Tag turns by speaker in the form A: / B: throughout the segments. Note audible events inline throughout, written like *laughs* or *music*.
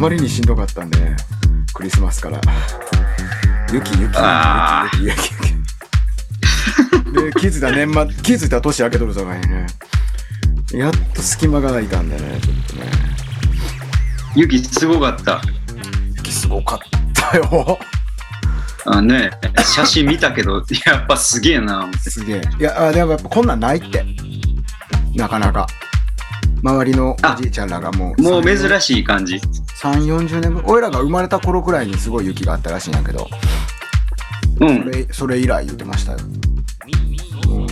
A: まりにしんどかったんで、クリスマスから。雪、雪、雪
B: あ、
A: 雪、雪、雪。で、気づいた年末、気づいた年明けとるさかいね。やっと隙間が空いたんでね、ちょっとね。
B: 雪すごかった。
A: 雪すごかったよ。
B: あね、写真見たけど、 *laughs* やっぱすげえな。
A: すげえ。いや、あでもやっぱこんなんないって。なかなか。周りのおじいちゃんらがもう。
B: もう珍しい感じ。
A: 3、40年分。俺らが生まれた頃くらいにすごい雪があったらしいんやけど、
B: う
A: そ
B: ん。
A: れそれ以来言ってましたよ。うん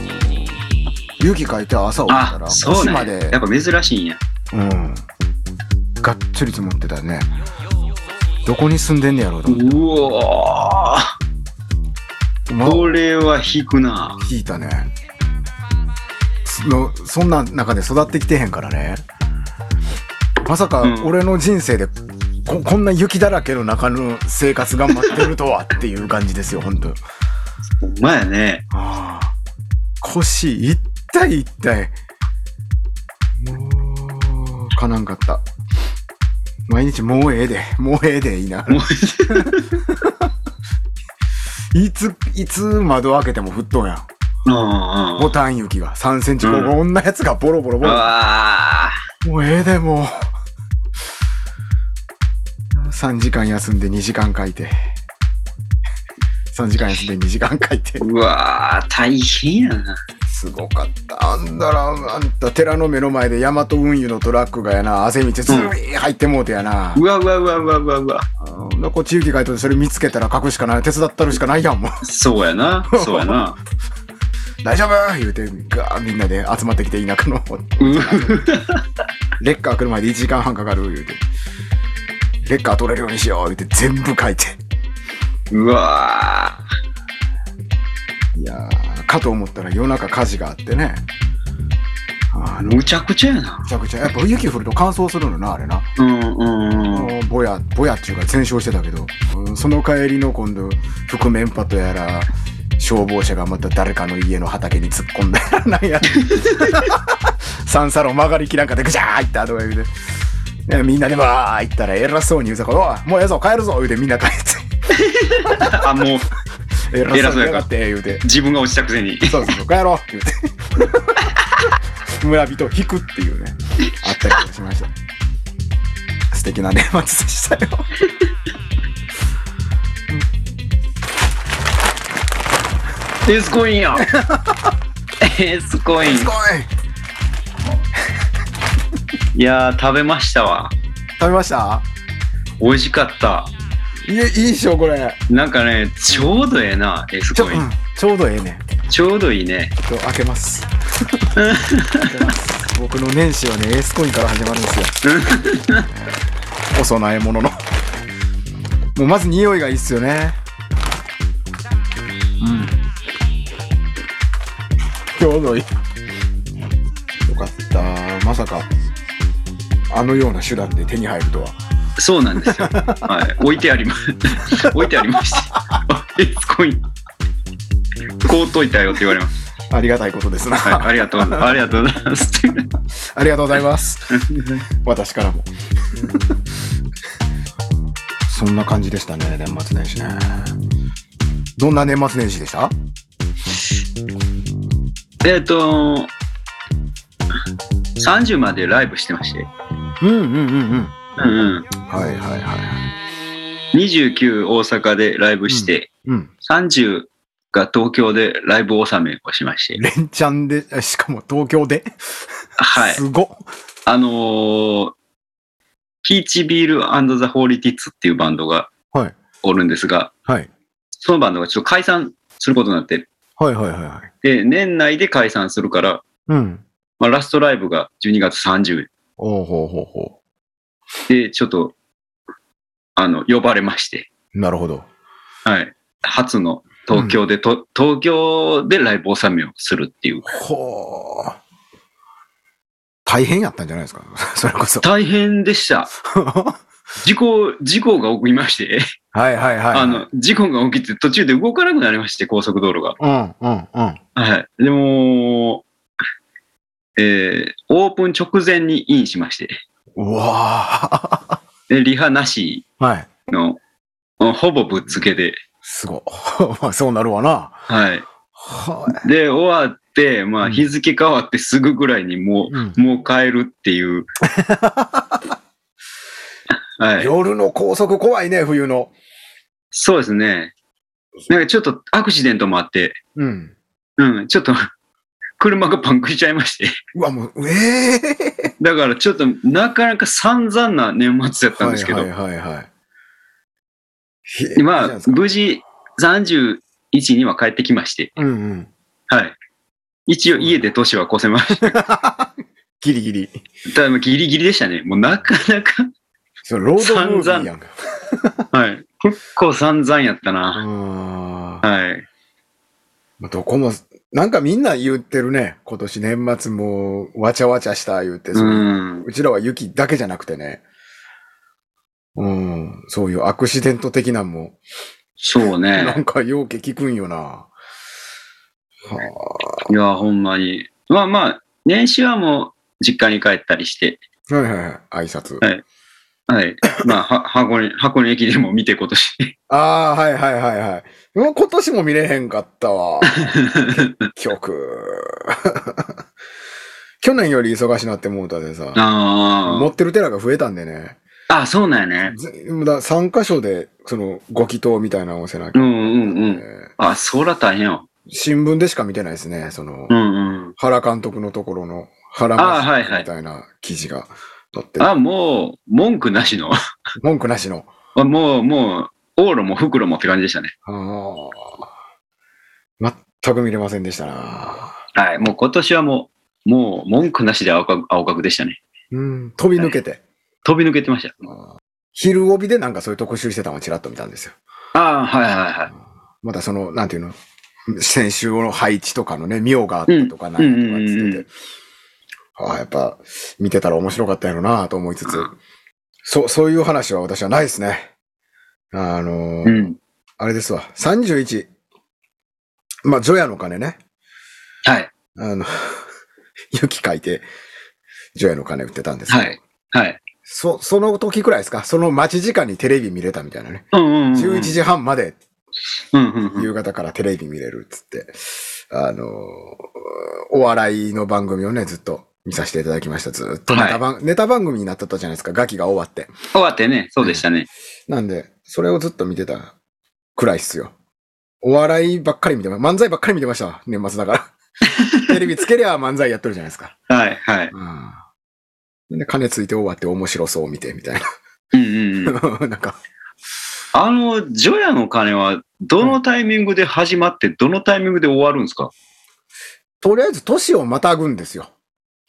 A: 雪かいて朝起きた
B: あ
A: ら、、
B: そう
A: ま
B: ね。
A: で、
B: やっぱ珍しいんや。
A: うん。がっつり積もってたね。どこに住んでんねやろうと
B: う
A: 思って。
B: おー
A: ま
B: これは引くな。
A: 聞いたね。そのそんな中で育ってきてへんからね。まさか
B: うん
A: 俺の人生でここんな雪だらけの中の生活が待ってるとはっていう感じですよ、本当。
B: ほんまやね。
A: ああ腰一体一体もうかなんかった毎日もうええでもうええで言いながら
B: もう *laughs*
A: いついつ窓開けても沸騰やん
B: うんうんう
A: ボ
B: ん。
A: タン雪が3センチこ
B: うん
A: こんなやつがボロボロボロ
B: あ
A: もうええでもう3時間休んで2時間書いて3時間休んで2時間書いて
B: ーうわー大変やな。
A: すごかった。あんだら、あんた、寺の目の前でヤマト運輸のトラックがやな、汗見てずい入ってもうてやな。
B: うわうわうわうわうわうわ。
A: うん、こっち雪かいとってそれ見つけたら書くしかない。手伝ったるしかないやん、もう。
B: そうやな。そうやな。
A: 大丈夫言うて、ガーみんなで集まってきて田舎の方に。
B: うん
A: レッカー来るまで1時間半かかる、言うて。レッカー取れるようにしよう、言うて全部書いて。
B: うわー
A: いやー、かと思ったら夜中火事があってね。あの、め
B: むちゃくちゃやな。
A: ちゃくちゃ、やっぱ雪降ると乾燥するのな、あれな。
B: うんうん
A: *laughs*
B: うん。
A: ぼやぼやっていうか全焼してたけど、うんその帰りの今度覆面パトやら消防車がまた誰かの家の畑に突っ込んだやら *laughs* なんや三叉路曲がりきなんかでぐじゃーいったとか言うてねみんなでわー行ったら偉そうに言うさから「おいもうええぞ帰るぞ」言うてみん *laughs* な帰っ
B: あ、もう
A: て偉そうに言いやがって言うて
B: 自分が落ちたくせに。
A: 「そうそうそう帰ろう」言うて *laughs* 村人を引くっていうねあったりもしました素敵な年末でしたよ *laughs*
B: エースコインや。エースコイン。
A: すごい
B: いやー、食べましたわ。
A: 食べました
B: 美味しかった。
A: いやいいっしょこれ
B: なんかね、ちょうどええな、エース
A: ちょ,、
B: コ
A: う
B: イン
A: ん。、ちょうどええね
B: ちょうどいいね。
A: ちょっと開けます開けます僕の年始はねエースコインから始まるんですよお供え物のもうまず匂いがいいっすよねうんちょうどいいよかったまさかあのような手段で手に入るとは
B: そうなん *laughs* ですよ。はい、置いてあります。 *laughs* 置いてありました。エースコイン。こうといたよって言われます。
A: ありがたいことですな、
B: *laughs* はい、ありがとうございます。ありがとうございます。
A: ありがとうござい *laughs* ます。私からも。そんな感じでしたね、年末年始ね。どんな年末年始でした
B: えっと、30までライブしてまして。
A: うんうんうんうん。
B: うんうん。
A: はいはいはい。
B: 29大阪でライブして、
A: うん。
B: 30が東京でライブ納めをしまして。
A: 連チャンで、あしかも東京で。
B: はい。
A: すごっ。
B: あのーピーチビールザ・ホーリティッツっていうバンドが
A: はい
B: おるんですが、
A: はい。
B: そのバンドがちょっと解散することになって、
A: はいはいはいはい。
B: で、年内で解散するから、
A: うん。
B: まあ、ラストライブが12月30
A: おうほうほうほ
B: で、ちょっと、あの、呼ばれまして、
A: う。なるほど。
B: はい。初の東京で、と東京でライブ納めをするっていう。
A: ほう。大変やったんじゃないですか *laughs* それこそ。
B: 大変でした。
A: は
B: 事故、事故が起きまして、
A: いはいはい。
B: あの、事故が起きて途中で動かなくなりまして、高速道路が。
A: うんうんうん。
B: はい。でも、えーオープン直前にインしまして、
A: うわあ。
B: で、リハなし
A: *laughs* はい。
B: の、ほぼぶっつけで、
A: すごい。 *laughs* まあ、そうなるわな。
B: はい。
A: は
B: で、終わって、ま
A: う
B: あ、
A: ん
B: 日付変わってすぐぐらいにも
A: い。うん
B: う、もう帰るって
A: *laughs*
B: いう。はい。
A: 夜の高速怖いね、冬の。
B: そうですね。なんかちょっとアクシデントもあって、
A: うん。
B: うん、ちょっと、車がパンクしちゃいまして。
A: うわ、もう、ええ
B: だからちょっと、なかなか散々な年末やったんですけど、
A: はいはいはいはい。ひ
B: ま
A: いいじゃない
B: あ
A: です、か
B: 無事31には帰ってきまして、
A: うんうん。
B: はい。一応家で年は越せました。
A: ギリギリ。
B: ただギリギリでし
A: *laughs*
B: たね。もうなかなか。
A: それロードムービーやんか。
B: はい。結構散々やったな。
A: あー
B: はい。。
A: まあどこも、なんかみんな言ってるね。今年年末もうわちゃわちゃした言って、そううんうちらは雪だけじゃなくてね。うん、そういうアクシデント的なんも、
B: そ
A: *laughs*
B: う
A: な
B: ね。
A: んかようけ聞くんよな。はい
B: や、ほんまに。まあまあ、年始はもう実家に帰ったりして、
A: あ、はいはいはい、挨拶。
B: はい
A: *laughs*
B: はい。まあ、は箱根、箱根駅でも見て今年。
A: ああ、はいはいはいはい。もう今年も見れへんかった
B: *laughs*
A: わ。曲。 *laughs* 去年より忙しなってもうたでさ、持
B: あ
A: ってる寺が増えたんでね。
B: あ。あ、そうなんやね。
A: ずだ3箇所で、その、ご祈祷みたいなのをせなき
B: う
A: ゃ、
B: んうんうん。
A: え
B: あ、そら大変よ。
A: ー新聞でしか見てないですね、その、
B: うんうん。
A: 原監督のところの原
B: あーはい
A: マ
B: はい
A: みたいな記事が載って、
B: あ、もう、文句なしの。 *laughs*
A: 文句なしの。
B: あもう、もう、往路も袋もって感じでしたね。
A: あー全く見れませんでしたな。
B: はい。もう今年はもう、もう文句なしで青角青角でしたね。
A: うん、飛び抜けて。
B: 飛び抜けてました。
A: 昼帯でなんかそういう特集してたのをちらっと見たんですよ。
B: ああ、はいはいはい。
A: またその、なんていうの先週の配置とかのね、妙があったとか
B: ん
A: 何とかっ
B: うんう
A: つ
B: んう
A: ってて。ああ、やっぱ、見てたら面白かったやろなと思いつつ。そう、そういう話は私はないですね。あのー
B: うん。
A: あれですわ。31。まあ、除夜の鐘ね。
B: はい。
A: あの、 *laughs* 雪書いて、除夜の鐘売ってたんですけど。
B: はい。はい。
A: そ、その時くらいですかその待ち時間にテレビ見れたみたいなね。
B: うんうんうん。
A: 11時半まで
B: うんうんうん。
A: 夕方からテレビ見れるっつって、あのーお笑いの番組をね、ずっと見させていただきました。ずっとネタ番、ネタ番組になってたじゃないですか、ガキが終わって。
B: 終わってね、そうでしたね。
A: なんで、それをずっと見てたくらいっすよ。お笑いばっかり見てま、漫才ばっかり見てました、年末だ
B: *laughs*
A: から。テレビつけりゃ漫才やってるじゃないですか。
B: はいはい。
A: うん。で、金ついて終わって面白そう見て、みたい
B: うんうん *laughs* うん。
A: な。 *laughs* なんか、
B: あの、ジョヤの鐘は、どのタイミングで始まって、どのタイミングで終わるんですか
A: とりあえず年をまたぐんですよ。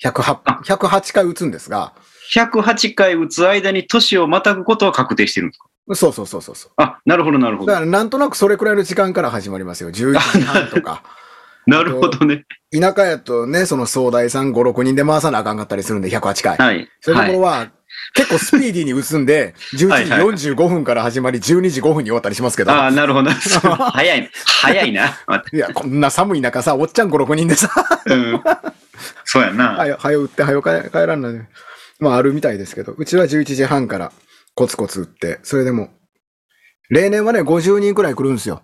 A: 108, 108回打つんですが、
B: ?108 回打つ間に年をまたぐことは確定してるんですか
A: そうそうそうそうそう。
B: あ、なるほどなるほ
A: だ
B: ど
A: か。らなんとなくそれくらいの時間から始まりますよ。11時半と
B: *laughs*
A: か。
B: なるほどね。
A: 田舎やとね、その総大さん5、6人で回さなあかんかったりするんで、108回。
B: はい。
A: そういうところ
B: はい。
A: は、結構スピーディーに打つんで、
B: *laughs* はいはい
A: 11時45分から始まり、12時5分に終わったりしますけど。
B: ああ、な
A: *laughs*
B: るほど。早い。早いな。また
A: いや、こんな寒い中さ、おっちゃん5、6人でさ、
B: うん。そうやな
A: は。よ、はよ打って、はよ帰帰らんので。まあ、あるみたいですけど、うちは11時半からコツコツ打って、それでも、例年はね、50人くらい来るんですよ。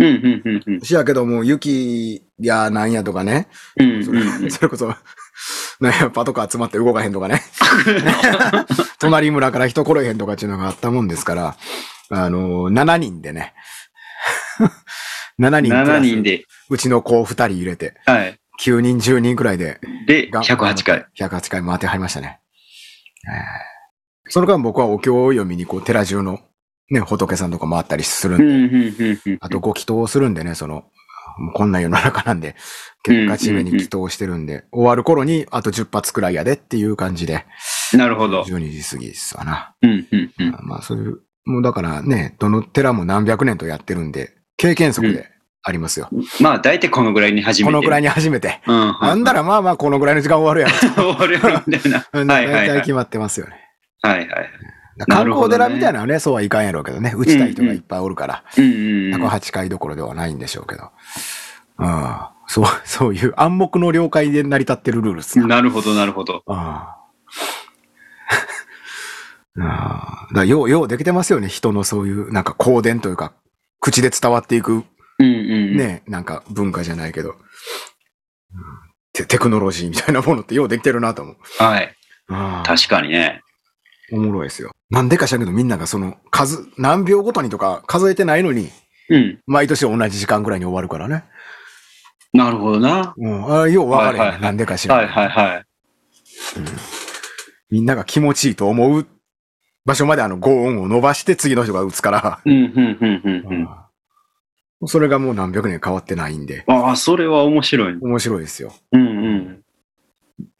B: うんうんうんうん。
A: しやけども、雪やなんやとかね、
B: うん
A: そ
B: うん
A: れ
B: うん。
A: それこそ、 *laughs* なんや、パトカー集まって動かへんとかね。 *laughs* 隣村から人来れへんとかっていうのがあったもんですから、あのー、7人でね。7人プラス
B: 7人。で。
A: うちの子を2人入れて、
B: はい。
A: 9人、10人くらいで、
B: で、
A: が
B: 108回。。
A: 108回回ってはりましたね。えーその間僕はお経を読みに、こう、寺中の、ね、仏さんとか回ったりするんで
B: うん、うんうんうん。
A: あと、ご祈祷をするんでね、その、もうこんな世の中なんで、結構ガチめに祈祷してるんで、終わる頃にあと10発くらいやでっていう感じで、
B: なるほど。
A: 12時過ぎですわな。
B: うんうんうん。
A: まあそういう、もうだからね、どの寺も何百年とやってるんで、経験則でありますよ。
B: まあ、大体このぐらいに始めて。
A: このくらい
B: い。
A: に初めて。
B: うん。
A: なんだ
B: ら。
A: らまあまあこのぐらいの時間終わるや
B: *laughs* 俺らみたいな。
A: ろ。
B: *laughs* は
A: 大
B: いはいは
A: 体
B: い。
A: 決まってますよね。
B: はいはい。な
A: 観
B: るほ
A: 光
B: どね
A: 寺みたいなのはね、そうはいかんやろうけどね、打ちたい人がいっぱいおるから、
B: うんうんうん。
A: 108回どころではないんでしょうけど。うん。そう、そういう暗黙の了解で成り立ってるルールっすな。
B: なるほどなるほど。
A: *laughs* ああ。ああだからよう、ようできてますよね。人のそういう、なんか、香典というか、口で伝わっていく、
B: うんうん。。
A: ね、なんか、文化じゃないけど、うんテテクノロジーみたいなものってようできてるなと思う。
B: はい。
A: ああ、
B: 確かにね。
A: おもろいですよ。なんでか知らんけど、みんながその、数、何秒ごとにとか数えてないのに、
B: うん。
A: 毎年同じ時間ぐらいに終わるからね。
B: なるほどな。
A: うん、ああよう分かれへん、
B: はいはい
A: なんでか知らん、
B: はいはいはい。
A: みんなが気持ちいいと思う場所まであの、ゴ音を伸ばして次の人が打つから。
B: うんうんうんうんうん。
A: うんそれがもう何百年変わってないんで、
B: ああ、それは面白い。うん
A: 面白いですよ。
B: うん。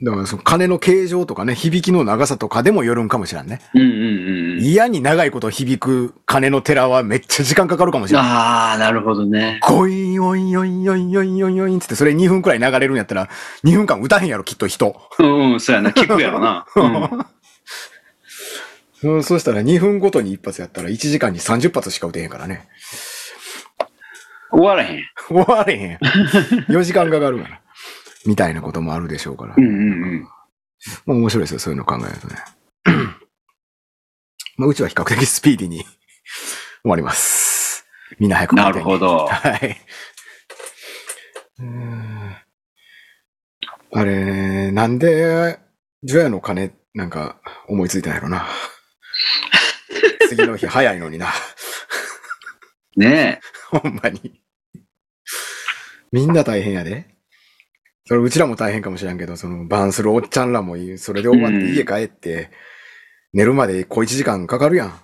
A: だからその鐘の形状とかね、響きの長さとかでもよるんかもしらんね。
B: うんうんうん。
A: 嫌に長いこと響く鐘の寺はめっちゃ時間かかるかもしれん。
B: ああ、なるほどね。
A: ゴイン、オイン、オイン、オイン、オイン、オイン、オインつって、それ2分くらい流れるんやったら、2分間歌へんやろ、きっと人。
B: うんうん、そうやな。聞くやろ
A: *laughs*
B: な。うん、
A: うん、そうしたら2分ごとに1発やったら1時間に30発しか打てへんからね。 *laughs*
B: 終わらへん。
A: 終われへん。4時間かかるから。みたいなこともあるでしょうから
B: う。んうんうん。
A: まあ面白いですよ、そういうの考えるとね。 *clears throat* まあ、うちは比較的スピーディーに *laughs* 終わります。みんな早く帰
B: な
A: りた
B: る
A: い
B: ほど。
A: はい。うーんあれ、なんで、除夜の鐘なんか思いついてないのな。
B: *laughs*
A: 次の日早いのにな。 *laughs*
B: ね
A: ほんまに。みんな大変やで。それうちらも大変かもしらんけど、その、バンするおっちゃんらもいい。それで終わって
B: うん
A: 家帰って、寝るまで小一時間かかるやん。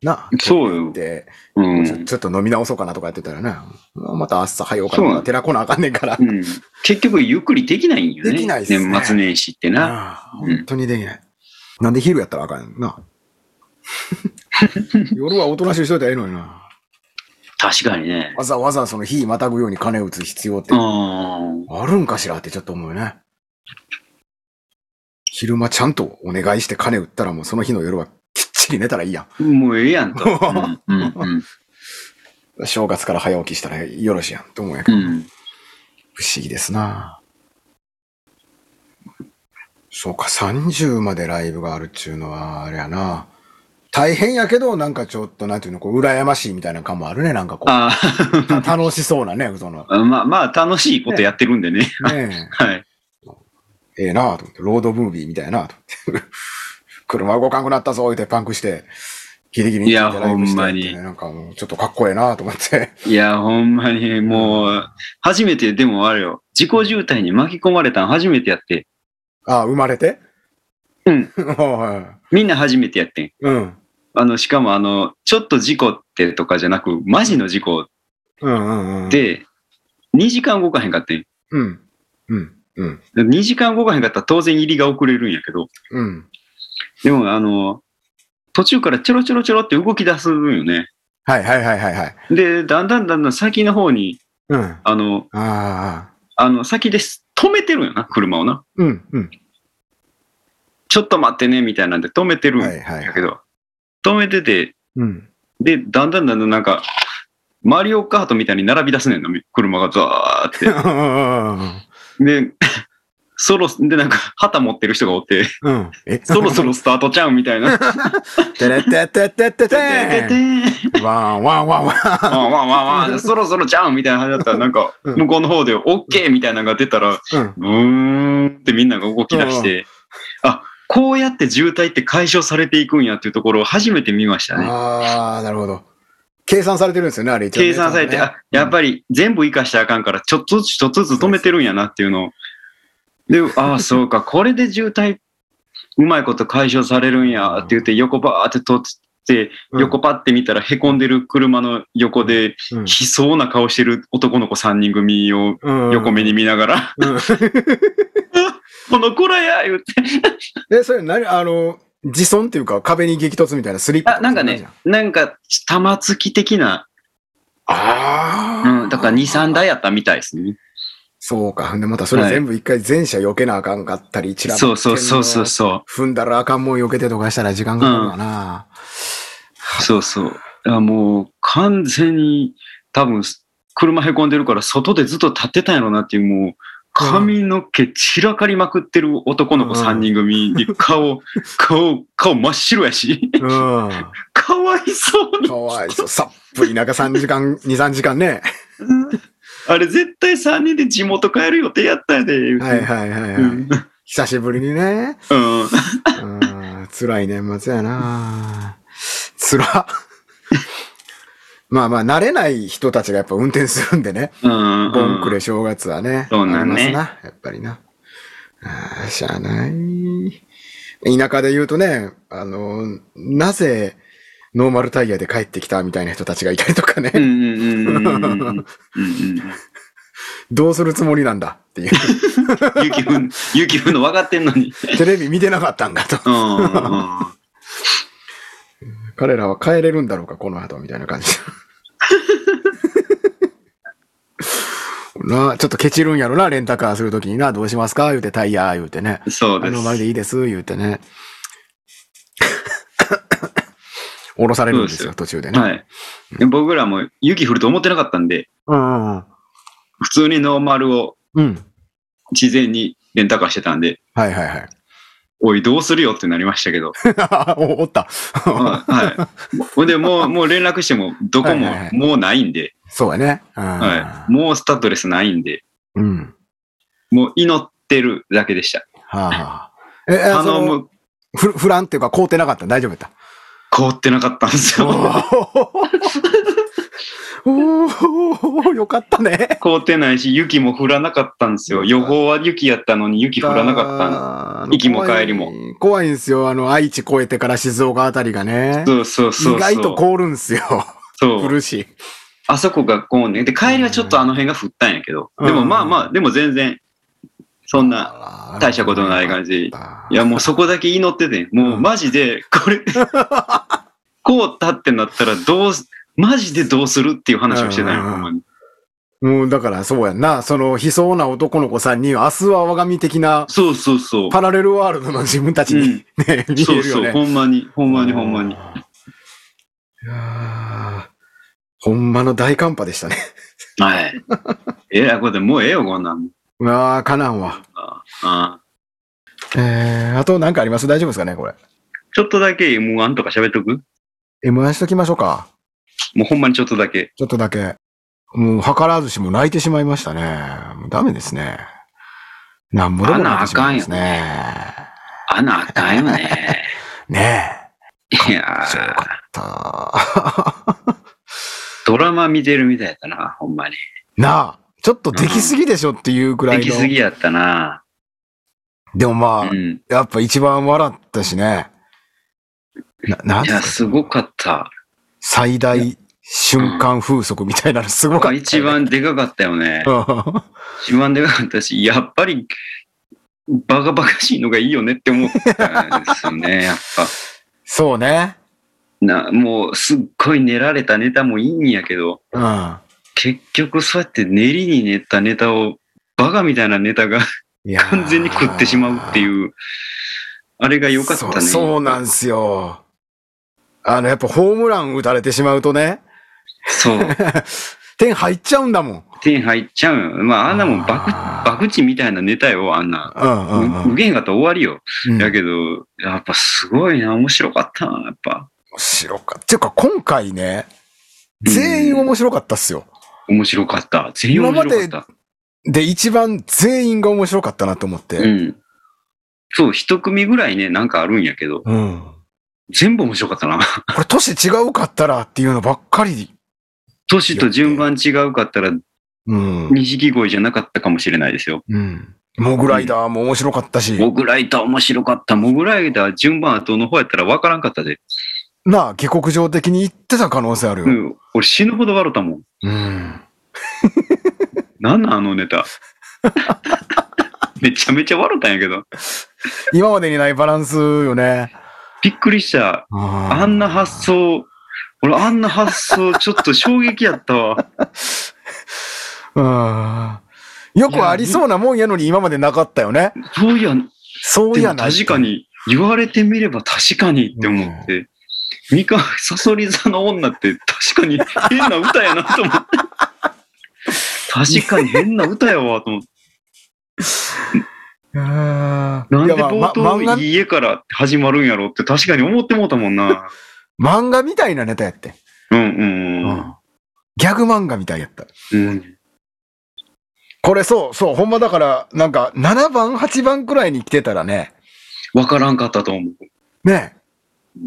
A: なあ。
B: そうよ
A: で、
B: え。うん。
A: ちょちょっと飲み直そうかなとかやってたらな。また朝早うか
B: そう
A: な
B: な。ん
A: 寺来なあかんねんから
B: う。ん、結局、ゆっくりできないんよね。
A: できないっすね
B: 年末年始ってな。
A: なあ
B: うん
A: 本当にできない。なんで昼やったらあかんやん
B: *laughs*
A: な。夜はおとなしいしといたらええのにな。
B: 確かにね。
A: わざわざその日またぐように金打つ必要って
B: うん。
A: あるんかしらってちょっと思うよね。昼間ちゃんとお願いして金売ったらもうその日の夜はきっちり寝たらいいや
B: もうええやんと。うんうんうん
A: ん。 *laughs* 正月から早起きしたらよろしいやんと思うんやけ
B: う
A: ど、
B: ん。
A: 不思議ですなそうか、30までライブがあるっちゅうのは、あれやな大変やけど、なんかちょっと、なんていうの、こう、羨ましいみたいな感もあるね、なんかこう。
B: あ
A: た楽しそうなね、その、
B: あ、 *laughs* まあまあ、楽しいことやってるんでね。
A: *laughs* ね
B: はい。 *laughs*
A: え、ええなぁと思って、ロードムービーみたいやなぁと思って。 *laughs* 車動かんくなったぞ、言ってパンクして、ギリギリに
B: いや
A: ライブしてっ
B: ほんま
A: てね
B: に
A: なんかもう、ちょっとかっこええなぁと思って。 *laughs*
B: いや、ほんまに、もう、初めて、でもあれよ、自己渋滞に巻き込まれたん初めてやって、
A: ああ、生まれて
B: う
A: *laughs*
B: ん。
A: は
B: みんな初めてやってん。
A: いうん。
B: あの、しかも、あの、ちょっと事故ってとかじゃなく、マジの事故
A: うんうんうん。、
B: で、2時間動かへんかってん。
A: うん。うん。うん。
B: 2時間動かへんかったら当然入りが遅れるんやけど、
A: うん。
B: でも、あの、途中からちょろちょろちょろって動き出すんよね。
A: はいはいはいはいはい。
B: で、だんだんだんだん先の方に、
A: うん。あ
B: あの、
A: あ。
B: あの、先です。止めてるんよな、車をな。
A: うんうん。
B: ちょっと待ってね、みたいなんで止めてるん
A: は
B: や
A: いはいはい。
B: けど、止めてて、
A: うん。
B: で、だんだんだんだんなんか、マリオカートみたいに並び出すねんな、車がザーって。で、そろ、で、なんか、旗持ってる人が
A: *laughs*
B: おって、
A: うん。え、
B: *laughs* そろそろスタートちゃうみたいな。
A: *laughs* てれててててて
B: ででで
A: て
B: *laughs*
A: わんわんわんわん。
B: わんわんわんわ
A: *laughs*
B: ん、そろそろちゃうみたいな話だったら、なんか、
A: うん
B: 向こうの方で、オッケーみたいなのが出たら、
A: うん。
B: ブーンってみんなが動き出して、あ、こうやって渋滞って解消されていくんやっていうところを初めて見ましたね。
A: ああ、なるほど。計算されてるんですよね、あれ一応ね
B: 計算されて、
A: ちゃん
B: あ、やっぱり全部生かしたらあかんから、ちょっとずつちょっとずつ止めてるんやなっていうのを。で、あ
A: *laughs*
B: あ、そうか、これで渋滞、うまいこと解消されるんやって言って、横ばーって通って、
A: とね
B: 横パって見たら、へこんでる車の横で、
A: うん
B: 悲壮な顔してる男の子3人組を
A: うん
B: 横目に見ながら、 *laughs*
A: うん
B: この子らや言って。
A: え、それ何、あの、自損っていうか壁に激突みたいなスリップ
B: あ、なんかね、なんか、玉突き的な、
A: ああ。
B: うん、だから2、3台やったみたいですね。
A: そうか。で、またそれ全部一回全車避けなあかんかったり、一覧
B: そうそうそうそうそう。
A: 踏んだらあかんもん避けてとかしたら時間かかるわな。
B: そうそう。あもう完全に多分車へこんでるから外でずっと立ってたんやろなっていうもう髪の毛散らかりまくってる男の子3人組に
A: *laughs*
B: 顔、顔、顔真っ白やし、 *laughs*
A: うん。か
B: かわいそうに。
A: わいそう。さっぷり中3時間、2、3時間ね。
B: あれ絶対3人で地元帰る予定やったやで、言うて
A: はいはいはいは
B: う
A: い
B: ん。
A: 久しぶりにね。
B: うん
A: うん辛い年末やな辛っ *laughs* まあまあ、慣れない人たちがやっぱ運転するんでね。
B: うん。
A: ボンクレ正月はね。
B: そうなんね
A: ありますな、やっぱりな。ああ、しゃあない。田舎で言うとね、あの、なぜノーマルタイヤで帰ってきたみたいな人たちがいたりとかね。
B: うんうんうんうんうんうんうん。
A: どうするつもりなんだって
B: *laughs*
A: いう。
B: 雪降ん、雪降んの分かってんのに。
A: テレビ見てなかったんだと。
B: うんうん。
A: 彼らは帰れるんだろうか、この後、みたいな
B: *laughs*
A: 感じ。なあちょっとケチるんやろな、レンタカーするときにな、どうしますか言うて、タイヤ言うてね。
B: そう
A: あ
B: で
A: の前
B: す。
A: でいいです、言うてね。 *coughs* 降ろされるんですよ、途中でね。
B: はい。で僕らも雪降ると思ってなかったんで、
A: うんうん
B: 普通にノーマルを
A: うん。うん。
B: 事前にレンタカーしてたんで、
A: はいはいはい。
B: おい、どうするよってなりました
A: *laughs*
B: けど。
A: おおった。
B: はいはい。ほんで、もう、もう連絡しても、どこも
A: はいはいはい
B: もうないんで、
A: そうやね。うん
B: はい。もうスタッドレスないんで、
A: うん。
B: もう祈ってるだけでした。
A: はあはあ。え、えそ
B: 頼
A: の
B: む、
A: ふ、ふらんっていうか、凍ってなかった大丈夫やった
B: 凍ってなかったんですよ。
A: おおよかったね。
B: 凍ってないし、雪も降らなかったんですよ。予報は雪やったのに、雪降らなかっ
A: あの
B: 行きも帰りも。
A: 怖い怖いんですよ。あの、愛知越えてから静岡あたりがね
B: た。。そうそうそうそう。
A: 意外と凍るんすよ。
B: そ
A: 降
B: う。
A: るし。
B: あそこがこうね。で、帰りはちょっとあの辺が降ったんやけど。
A: うん
B: でもまあまあ、でも全然、そんな
A: あー
B: 大したことのない感じ。い
A: や、
B: や、もうそこだけ祈ってて、もうマジで、
A: *laughs*
B: これ、こうたってなったらどうす、マジでどうするっていう話をしてたよ、
A: うんうんうん
B: ほんまに。
A: もうだからそうやんな。その悲壮な男の子さんに、明日は我が身的な
B: そうそうそう。
A: パラレルワールドの自分たち
B: う
A: に
B: ん、
A: ね、見
B: そ
A: え
B: う
A: るよ
B: そう、
A: ね。
B: ほんまに、ほんまにほんまに。
A: いやーほんまの大寒波でしたね。
B: はい。 *laughs* えらいことでもうええよ、こんなん。
A: うわー、かなんわ。
B: ああ
A: えー、あと何かあります大丈夫ですかねこれ。
B: ちょっとだけ M1 とか喋っとく
A: M1 しときましょうか。
B: もうほんまにちょっとだけ。
A: ちょっとだけ。もう、図らずしも泣いてしまいましたね。もうダメですね。なんぼでも泣いてしまいますね。
B: あなあかん
A: *laughs*
B: よね。
A: ね
B: いや
A: え。そう
B: ー
A: かった。
B: ドラマ見てるみたいだったな、ほんまに。
A: *laughs* なあ、ちょっとできすぎでしょっていうくら
B: で
A: い
B: き
A: の。
B: すぎやったな。
A: でもま
B: う
A: あ、
B: ん。
A: やっぱ一番笑ったしね。な、なん
B: い
A: すか
B: や、すごかった。
A: 最大瞬間風速みたいなのすごかった、
B: 一。番でかかったよね。
A: う
B: 一番でかかったし、やっぱり、バカバカしいのがいいよねって思ったんです
A: *laughs*
B: よね、やっぱ。
A: ん *laughs* そうね。
B: な、もう、すっごい練られたネタもいいんやけど、
A: うん。
B: 結局そうやって練りに練ったネタを、バカみたいなネタが *laughs*
A: いやー
B: 完全に食ってしまうっていう、あれが良かったね。
A: そうそうなんですよ。あの、やっぱホームラン打たれてしまうとね、
B: そう。
A: 点入っちゃうんだもん。
B: 手入っちゃうよ。まあ、あんなもんバク、
A: あー
B: バクチみたいなネタよ、あんな。
A: うんう
B: うん
A: うん。
B: 受けへんかったら終わりよ。
A: うん
B: やけど、やっぱすごいな、面白かったな、やっぱ。
A: 面白かった。っていうか、今回ね、全員面白かったっすよ。
B: 面白かった。全員面白かった。
A: で、一番全員が面白かったなと思っ
B: う
A: て。
B: ん。そう、一組ぐらいね、なんかあるんやけど、
A: うん。
B: 全部面白かったな。 *laughs*
A: これ、年違うかったらっていうのばっかり。
B: 年と順番違うかったら、
A: うん。
B: 錦鯉じゃなかったかもしれないですよ。
A: うん。モグライダーも面白かったし、
B: モグライダー面白かった。モグライダー順番後の方やったら分からんかったで。
A: なあ、下克上的に言ってた可能性あるよ。
B: うん。俺死ぬほど笑ったもん。
A: うん。
B: なんなんあのネタ。 *laughs* めちゃめちゃ笑ったんやけど。
A: 今までにないバランスよね。
B: びっくりした。
A: あ
B: あんな発想、俺あんな発想、ちょっと衝撃やったわ。
A: うんよくありそうなもんやのに今までなかったよね。
B: そういや、
A: そうい
B: で
A: や
B: も
A: ない。
B: 確かに、言われてみれば確かにって思って、ミカ、サソリ座の女って確かに変な歌やなと思って。確かに変な歌やわと思って。
A: あー
B: なんで
A: いやまあ
B: 冒頭
A: ま漫
B: 家から始まるんやろって確かに思ってもうたもんな。
A: 画漫画みたいなネタやって、
B: うんうんうん。
A: ギャグ漫画みたいやった。
B: うん、
A: これそう、そう、ほんまだから、なんか、7番、8番くらいに来てたらね、
B: わからんかったと思う。
A: ね、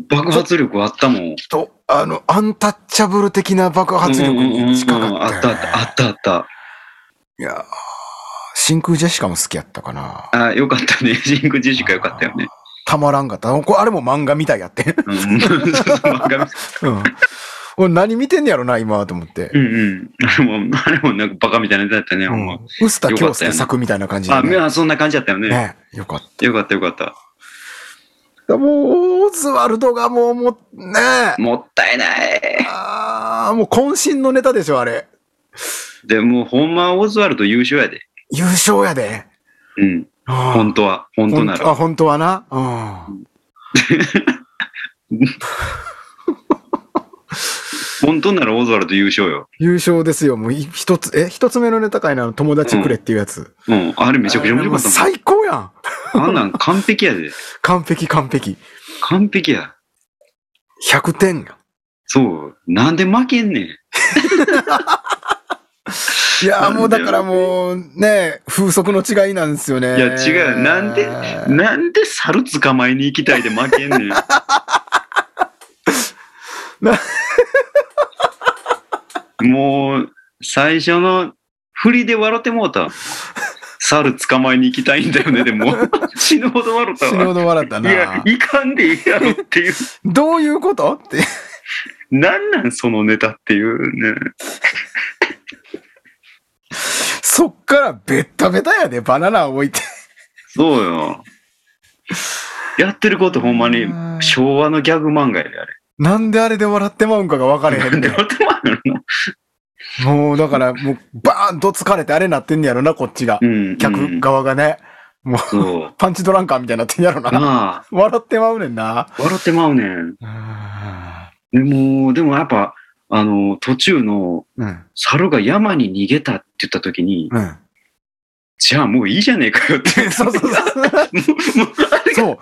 B: 爆発力あったもん。
A: と、あの、アンタッチャブル的な爆発力に近か
B: うんうんうんうん
A: っ
B: あ
A: たよ、ね
B: ったあった、あったあった。
A: いやー真空ジェシカも好きやったかな。
B: ああ、よかったね。 *laughs* ジンクジェシカよかったよね。
A: たまらんかった。これあれも漫画みたいやって。 *laughs*
B: うん *laughs* うんちょっと漫画見せ
A: うん。俺何見てんねやろな、今はと思って
B: う。んうん。あれも、あれもなんかバカみたいなやつだったね、ほんま。
A: 臼田恭介作みたいな感じで、
B: あ、
A: ね。
B: まあそんな感じだったよね。
A: ねよかっ
B: よかったよかった。
A: た。もう、オズワルドがもう、もうねえ。
B: もったいない。
A: ああ、もう渾身のネタでしょ、あれ。
B: でも、ほんまオズワルド優秀やで。
A: 優勝やで。
B: うん。本
A: 本
B: 当は。本当なら。
A: あ、本当はな。うん。
B: 本当ならオズワルド優勝よ。
A: 優勝ですよ。もうい一つ、え、一つ目のネタかいな、友達くれっていうやつ。
B: うん。あれめちゃくちゃ面白かった
A: 最高やん。
B: もん。あんなん完璧やで。
A: 完璧完璧。
B: 完璧や。
A: 100点やん。
B: そう。なんで負けんねん。
A: いやーもう
B: なん
A: だ
B: で
A: からもうね、風速の違いなんですよね。
B: いや違うなんでなんで猿捕まえに行きたいで負けんね
A: *laughs*
B: *laughs* ん。もう、最初の振りで笑ってもうた。猿捕まえに行きたいんだよね、で
A: *laughs*
B: も。死ぬほど笑った
A: 死ぬほ
B: わ。
A: ど笑った
B: いや
A: な、。
B: いかんでいいやろっていう。
A: どういうことって。
B: なんなん、そのネタっていうね。
A: そっからベッタベタやで、バナナを置いて。
B: そうよ。やってることほんまに昭和のギャグ漫画やで、あれ。
A: なんであれで笑ってまうんかが分かれへ
B: なん
A: ん
B: で
A: ね
B: 笑ってまうのやろな。 *laughs*
A: もうだから、もうバーンと疲れてあれなってんねやろな、こっちが
B: う。ん。
A: 客側がね。もう、
B: そう。
A: パンチドランカーみたいになってんやろな。
B: なあ、
A: 笑ってまうねんな。
B: 笑ってまうねん。でも、でもやっぱ、あの、途中の
A: うん。
B: 猿が山に逃げたって言った時に、
A: うん。 *laughs*
B: じゃあもういいじゃねえかよって。
A: そうそう
B: *laughs*
A: そう。
B: もうもうあれ
A: そう。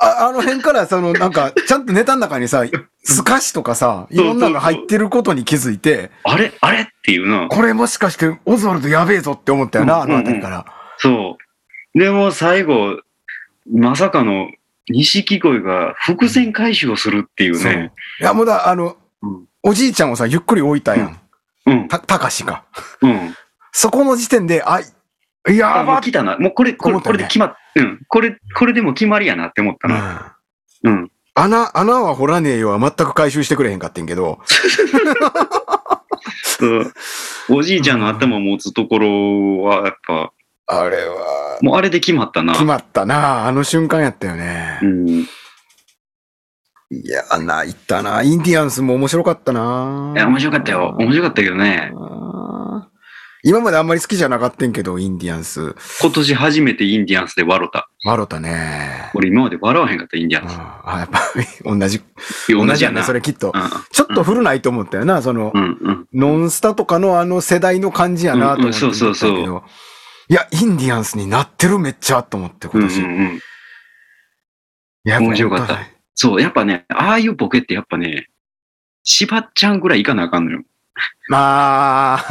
A: ああの辺から、その、なんか、ちゃんとネタの中にさ、すかしとかさ、いろんなのが入ってることに気づいて、
B: あれあれっていうな。
A: これもしかして、オズワルドやべえぞって思ったよな、あ
B: うん
A: の辺りから。
B: そう。でも最後、まさかの錦鯉が伏線回収をするっていう
A: そう。
B: ね
A: い。や、もうだ、あの
B: うん、
A: おじいちゃんをさ、ゆっくり置いたやん。
B: うん。
A: た、たかしが。
B: うん。
A: そこの時点で、あ、い
B: あ、
A: や
B: もう
A: ば
B: 来たな。もうこれ、これ、
A: 思った
B: こ
A: よ
B: れ
A: ね
B: で決まっ、うん。これ、これでも決まりやなって思った
A: う
B: な。
A: ん
B: うん。
A: 穴、穴は掘らねえよは全く回収してくれへんかってんけど、
B: そう。おじいちゃんの頭を持つところは、やっぱ、
A: あれは、
B: もうあれで決まったな。
A: 決まったな、あの瞬間やったよね
B: う。ん。い
A: いや、泣いたな。インディアンスも面白かったな。
B: や、面白かったよ。面白かったけどね。
A: あー今まであんまり好きじゃなかったんけど、インディアンス。
B: 今年初めてインディアンスで笑った。
A: 笑ったね。
B: 俺今まで笑わへんかった、インディアンス。
A: あーあ、やっぱ *laughs* 同じ。
B: いや同じや
A: や
B: な。
A: ね。それきっと
B: う。ん。
A: ちょっと古ないと思ったよな、その
B: う、んうん。
A: ノンスタとかのあの世代の感じやなと思って
B: う
A: 見
B: んうん
A: てた
B: そうそう
A: けど。いや、インディアンスになってるめっちゃと思って、
B: うんう
A: 今
B: ん
A: 年。
B: うん。
A: いや
B: 面白かった。
A: やぱ
B: そう、やっぱね、ああいうボケってやっぱね、しばっちゃんぐらいいかなあかんのよ。
A: まあ、 *laughs*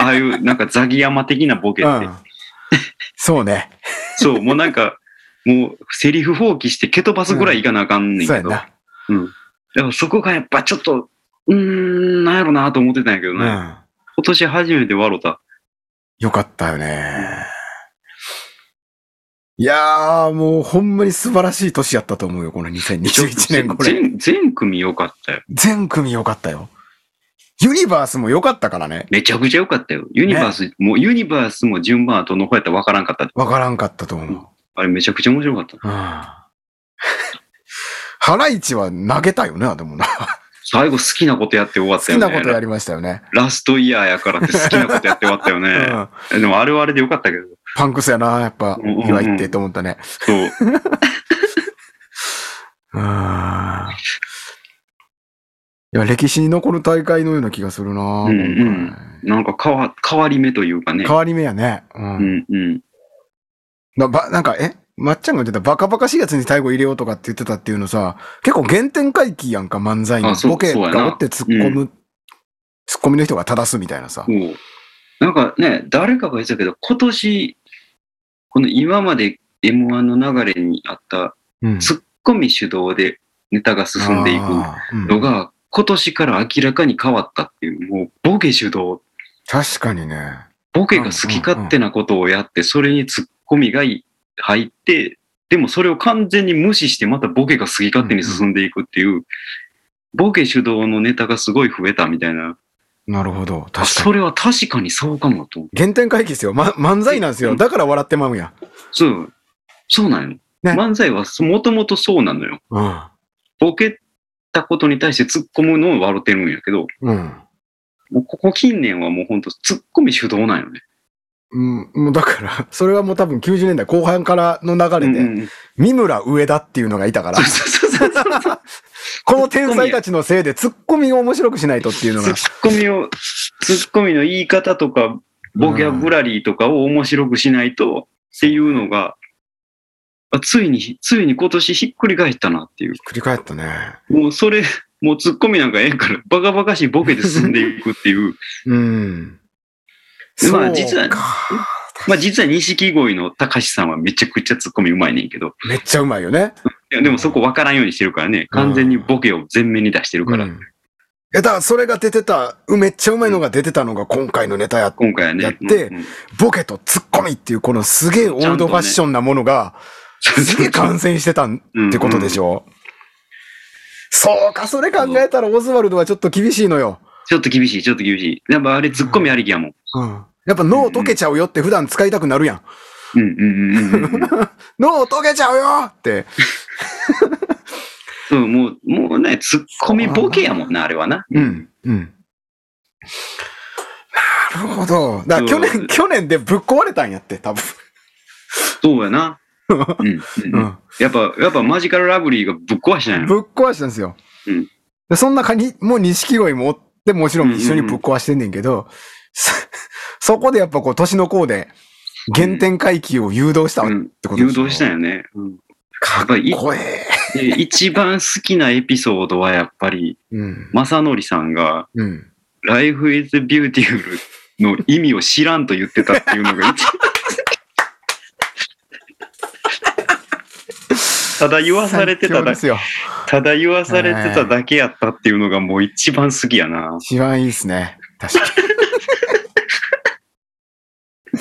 B: ああいう、なんかザギ山的なボケ
A: う
B: って。
A: ん。そうね。
B: そう、もうなんか、もうセリフ放棄して蹴飛ばすぐらいいかなあかんねん
A: そうや
B: けど。
A: な。
B: うん。でもそこがやっぱちょっと、うーん、なんやろなと思ってたんやけど
A: う
B: ね。今
A: ん。
B: 年初めて笑った。
A: よかったよね。いやー、もうほんまに素晴らしい年やったと思うよ、この2021年これ。
B: 全、全組良かったよ。
A: 全組良かったよ。ユニバースも良かったからね。
B: めちゃくちゃ良かったよ。ユニバース、もうユニバースも順番後の方やったら分からんかったで。
A: わからんかったと思う。
B: うんあれめちゃくちゃ面白かった。
A: うんハライチは投げたよな、でもな。
B: 最後好きなことやって終わっ
A: 好き
B: たよね。
A: なことやりましたよね。
B: ラストイヤーやからって好きなことやって終わったよ
A: う
B: ね。
A: ん。
B: えでもあれはあれで良かったけど。
A: パンクスやな、やっぱ、
B: うんうんうん
A: 岩井ってと思ったね。
B: そう。
A: うん。いや、歴史に残る大会のような気がするな、
B: うんうん
A: 今回
B: なんか変わ変わり目というかね
A: 変。わり目やね。うん。
B: うんうん。
A: なばなんか、えまっちゃんが言ってたバカバカしいやつに最後入れようとかって言ってたっていうのさ、結構原点回帰やんか、漫才の
B: あ。そう
A: ボケ
B: そうやな
A: がおって突っ込む、突っ込みの人が正すみたいなさ。
B: もう、なんかね、誰かが言ってたけど、今年、この今まで M1 の流れにあった、
A: うん
B: ツッコミ主導でネタが進んでいく
A: あーうん
B: のが、今年から明らかに変わったっていう、もうボケ主導、
A: 確かにね。
B: ボケが好き勝手なことをやって、それにツッコミがい入って、でもそれを完全に無視して、またボケが好き勝手に進んでいくっていう、ボケ主導のネタがすごい増えたみたいな、
A: なるほど。確か
B: あ
A: に。
B: それは確かにそうかもと思って
A: 原点回帰ですよ。ま、漫才なんですよ。だから笑ってまうんや。
B: そう。そうなんよ。
A: ね
B: 漫才はそもともとそうなのよ。
A: うん。
B: ボケたことに対して突っ込むのを笑ってるんやけど、
A: うん。
B: もうここ近年はもうほんと突っ込み主導なんよね。
A: うん、もうだから、 *laughs* それはもう多分90年代後半からの流れで、
B: うんうん
A: 三村上田っていうのがいたから
B: そう、そうそうそう。
A: この天才たちのせいでツッコミを面白くしないとっていうの
B: 突
A: が
B: っ、込みを、突っ込みの言い方とか、ボキャブラリーとかを面白くしないとっていうのが、あついに、ついに今年ひっくり返ったなっていう。
A: 繰り返ったね。
B: もうそれ、もう突っ込みなんかええから、バカバカしいボケで進んでいくっていう。
A: *laughs* うん。
B: まあ
A: そう
B: 実は
A: か
B: まあ実は錦鯉の高橋さんはめちゃくちゃツッコミうまいねんけど、
A: めっちゃうまいよね。
B: いやでもそこ分からんようにしてるからね、完全にボケを前面に出してるから、
A: うんいや、だからそれが出てた、うめっちゃうまいのが出てたのが今回のネタや。
B: 今回はね。
A: やって
B: うんうん
A: ボケとツッコミっていうこのすげえオールドファッションなもの
B: *laughs*
A: が、すげえ感染してたんってことでしょ、そうか、それ考えたらオズワルドはちょっと厳しいのよ。
B: ちょっと厳しい、ちょっと厳しい。やっぱあれツッコミありきやもん。
A: うん。やっぱ脳溶けちゃうよって普段使いたくなるやん。
B: うんうんうんうん
A: *laughs*
B: うん。
A: 脳溶けちゃうよって。
B: そう、もう、もうね、ツッコミボケやもんな、あれはな。。。
A: うん。なるほど。だから去
B: そ
A: 年、
B: う
A: 去年でぶっ壊れたんやって、多分。
B: そう
A: *laughs*
B: やな。うんうんうん。やっぱ、やっぱマジカルラブリーがぶっ壊したんや。
A: ぶっ壊したんですよ。
B: うん
A: でそん中に、もう錦鯉もおって、もちろん一緒に
B: うんうん
A: ぶ
B: う
A: っ
B: ん
A: 壊してんねんけど、そ *laughs* そこでやっぱこう、年の功で、原点回帰を誘導したっ
B: う
A: て
B: ん
A: こと
B: 誘
A: でしょ、
B: 導したんよね。うん
A: かっ
B: っこいい
A: こええ。
B: で一番好きなエピソードはやっぱり、
A: うん。
B: 正則さんが、
A: うん。
B: Life is beautiful の意味を知らんと言ってたっていうのが
A: *laughs*
B: 一ただ言わされてた
A: 最強で
B: だけ、
A: すよ。
B: ただ言わされてただけやったっていうのがもう一番好きやな。
A: 一番いいですね。確かに。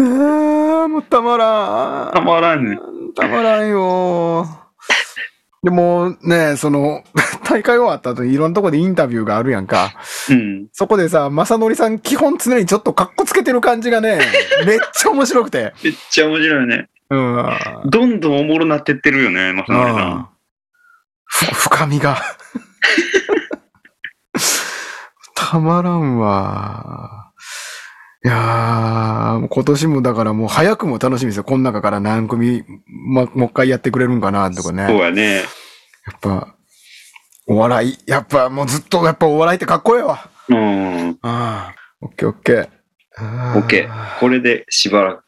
A: あーもうたまらん。
B: たまらんね。
A: たまらんよ。でもね、その、大会終わった後にいろんなとこでインタビューがあるやんか。
B: うん。
A: そこでさ、正則さん基本常にちょっとカッコつけてる感じがね、めっちゃ面白くて。
B: めっちゃ面白いね。
A: うん。
B: どんどんおもろなってってるよね、まさのりさ
A: うん
B: ん。
A: ふ深みが。 *laughs* たまらんわ。いやー、今年もだからもう早くも楽しみですよ。この中から何組、ま、もう一回やってくれるんかなとかね。
B: そうやね。
A: やっぱ、お笑い、やっぱもうずっとやっぱお笑いってかっこええわ。
B: うん。
A: ああ。オッケーオッケー。あー
B: オッケー。これでしばらく。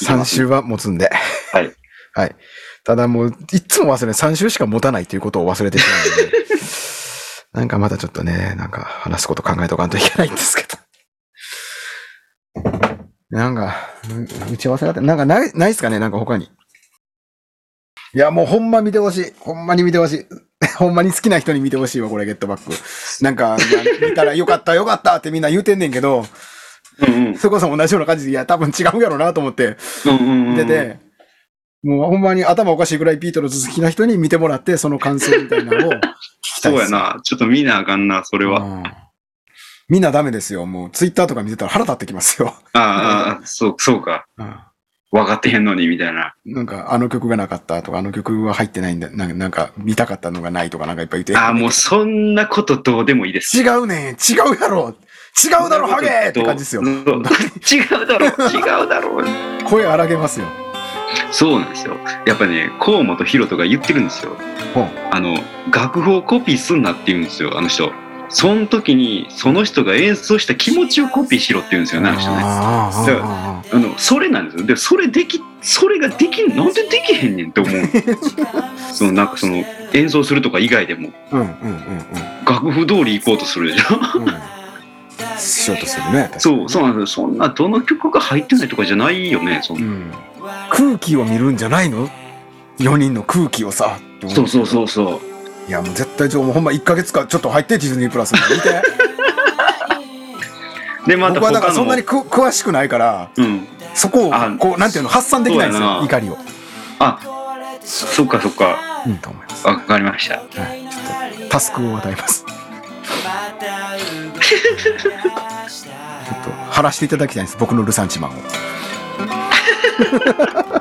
A: 3週は持つんで。
B: はい。
A: はい。ただもう、いつも忘れ、3週しか持たないということを忘れてしまうので。 *laughs* なんかまだちょっとね、なんか話すこと考えとかんといけないんですけど。なんか、う打ち合わせがあって、なんかない、ないっすかねなんか他に。いや、もうほんま見てほしい。ほんまに見てほしい。 *laughs* ほんまに好きな人に見てほしいわ、これ、ゲットバック。なんか、いや見たらよかった、よかったってみんな言うてんねんけど、
B: うんうん。
A: それこそ同じような感じで、いや、多分違うやろなと思って、
B: うんうんうん。
A: 出て、もうほんまに頭おかしいぐらいビートルズ好きな人に見てもらって、その感想みたいなのを聞きたい
B: *laughs* そう
A: で
B: や
A: す。
B: な。ちょっと見なあかんな、それは。
A: うんみんなダメですよ。もうツイッターとか見てたら腹立ってきますよ。
B: あーあー、そう、そうか。分かってへんのに、みたいな。
A: なんか、あの曲がなかったとか、あの曲は入ってないんだ、なんか、なんか見たかったのがないとかなんかいっぱい言って。
B: ああ、もうそんなことどうでもいいです。
A: 違うねん違うやろ違うだろハゲって感じですよ
B: そ。う違うだろう、違うだろう。
A: 声荒げますよ。
B: そうなんですよ。やっぱね、河本ヒロトが言ってるんですよ
A: ほう。
B: あの、楽譜をコピーすんなって言うんですよ、あの人。その時に、その人が演奏した気持ちをコピーしろって言うんですよね、あの人ね。
A: あーあーあーあー
B: あのそれなんですよでそれできそれができんなんでできへんねんって思
A: *laughs*
B: うそのなんかその演奏するとか以外でも
A: うんうんうん
B: 楽譜通り行こうとするじゃ
A: *laughs*
B: ん
A: うんうんしようとするね確か
B: そうそうなんですよそんなどの曲が入ってないとかじゃないよねそん
A: に、
B: な
A: うん、空気を見るんじゃない
B: *laughs*
A: の4人の空気をさって思
B: そうそうそううそう
A: いやもう絶対情報ほんま1か月間ちょっと入ってディズニープラスに見て
B: でまた
A: 僕はだか
B: 他
A: らそ
B: の
A: んなにく詳しくないから
B: うん
A: そこを
B: あ
A: こうなんていうの発散できないんです
B: そうや
A: よ
B: な
A: 怒りを
B: あそっかそっか
A: うんと思います
B: わかりました
A: はいちょっとタスクを
B: *laughs*
A: 与えますちょっと晴らしていただきたいんです僕のルサンチマンを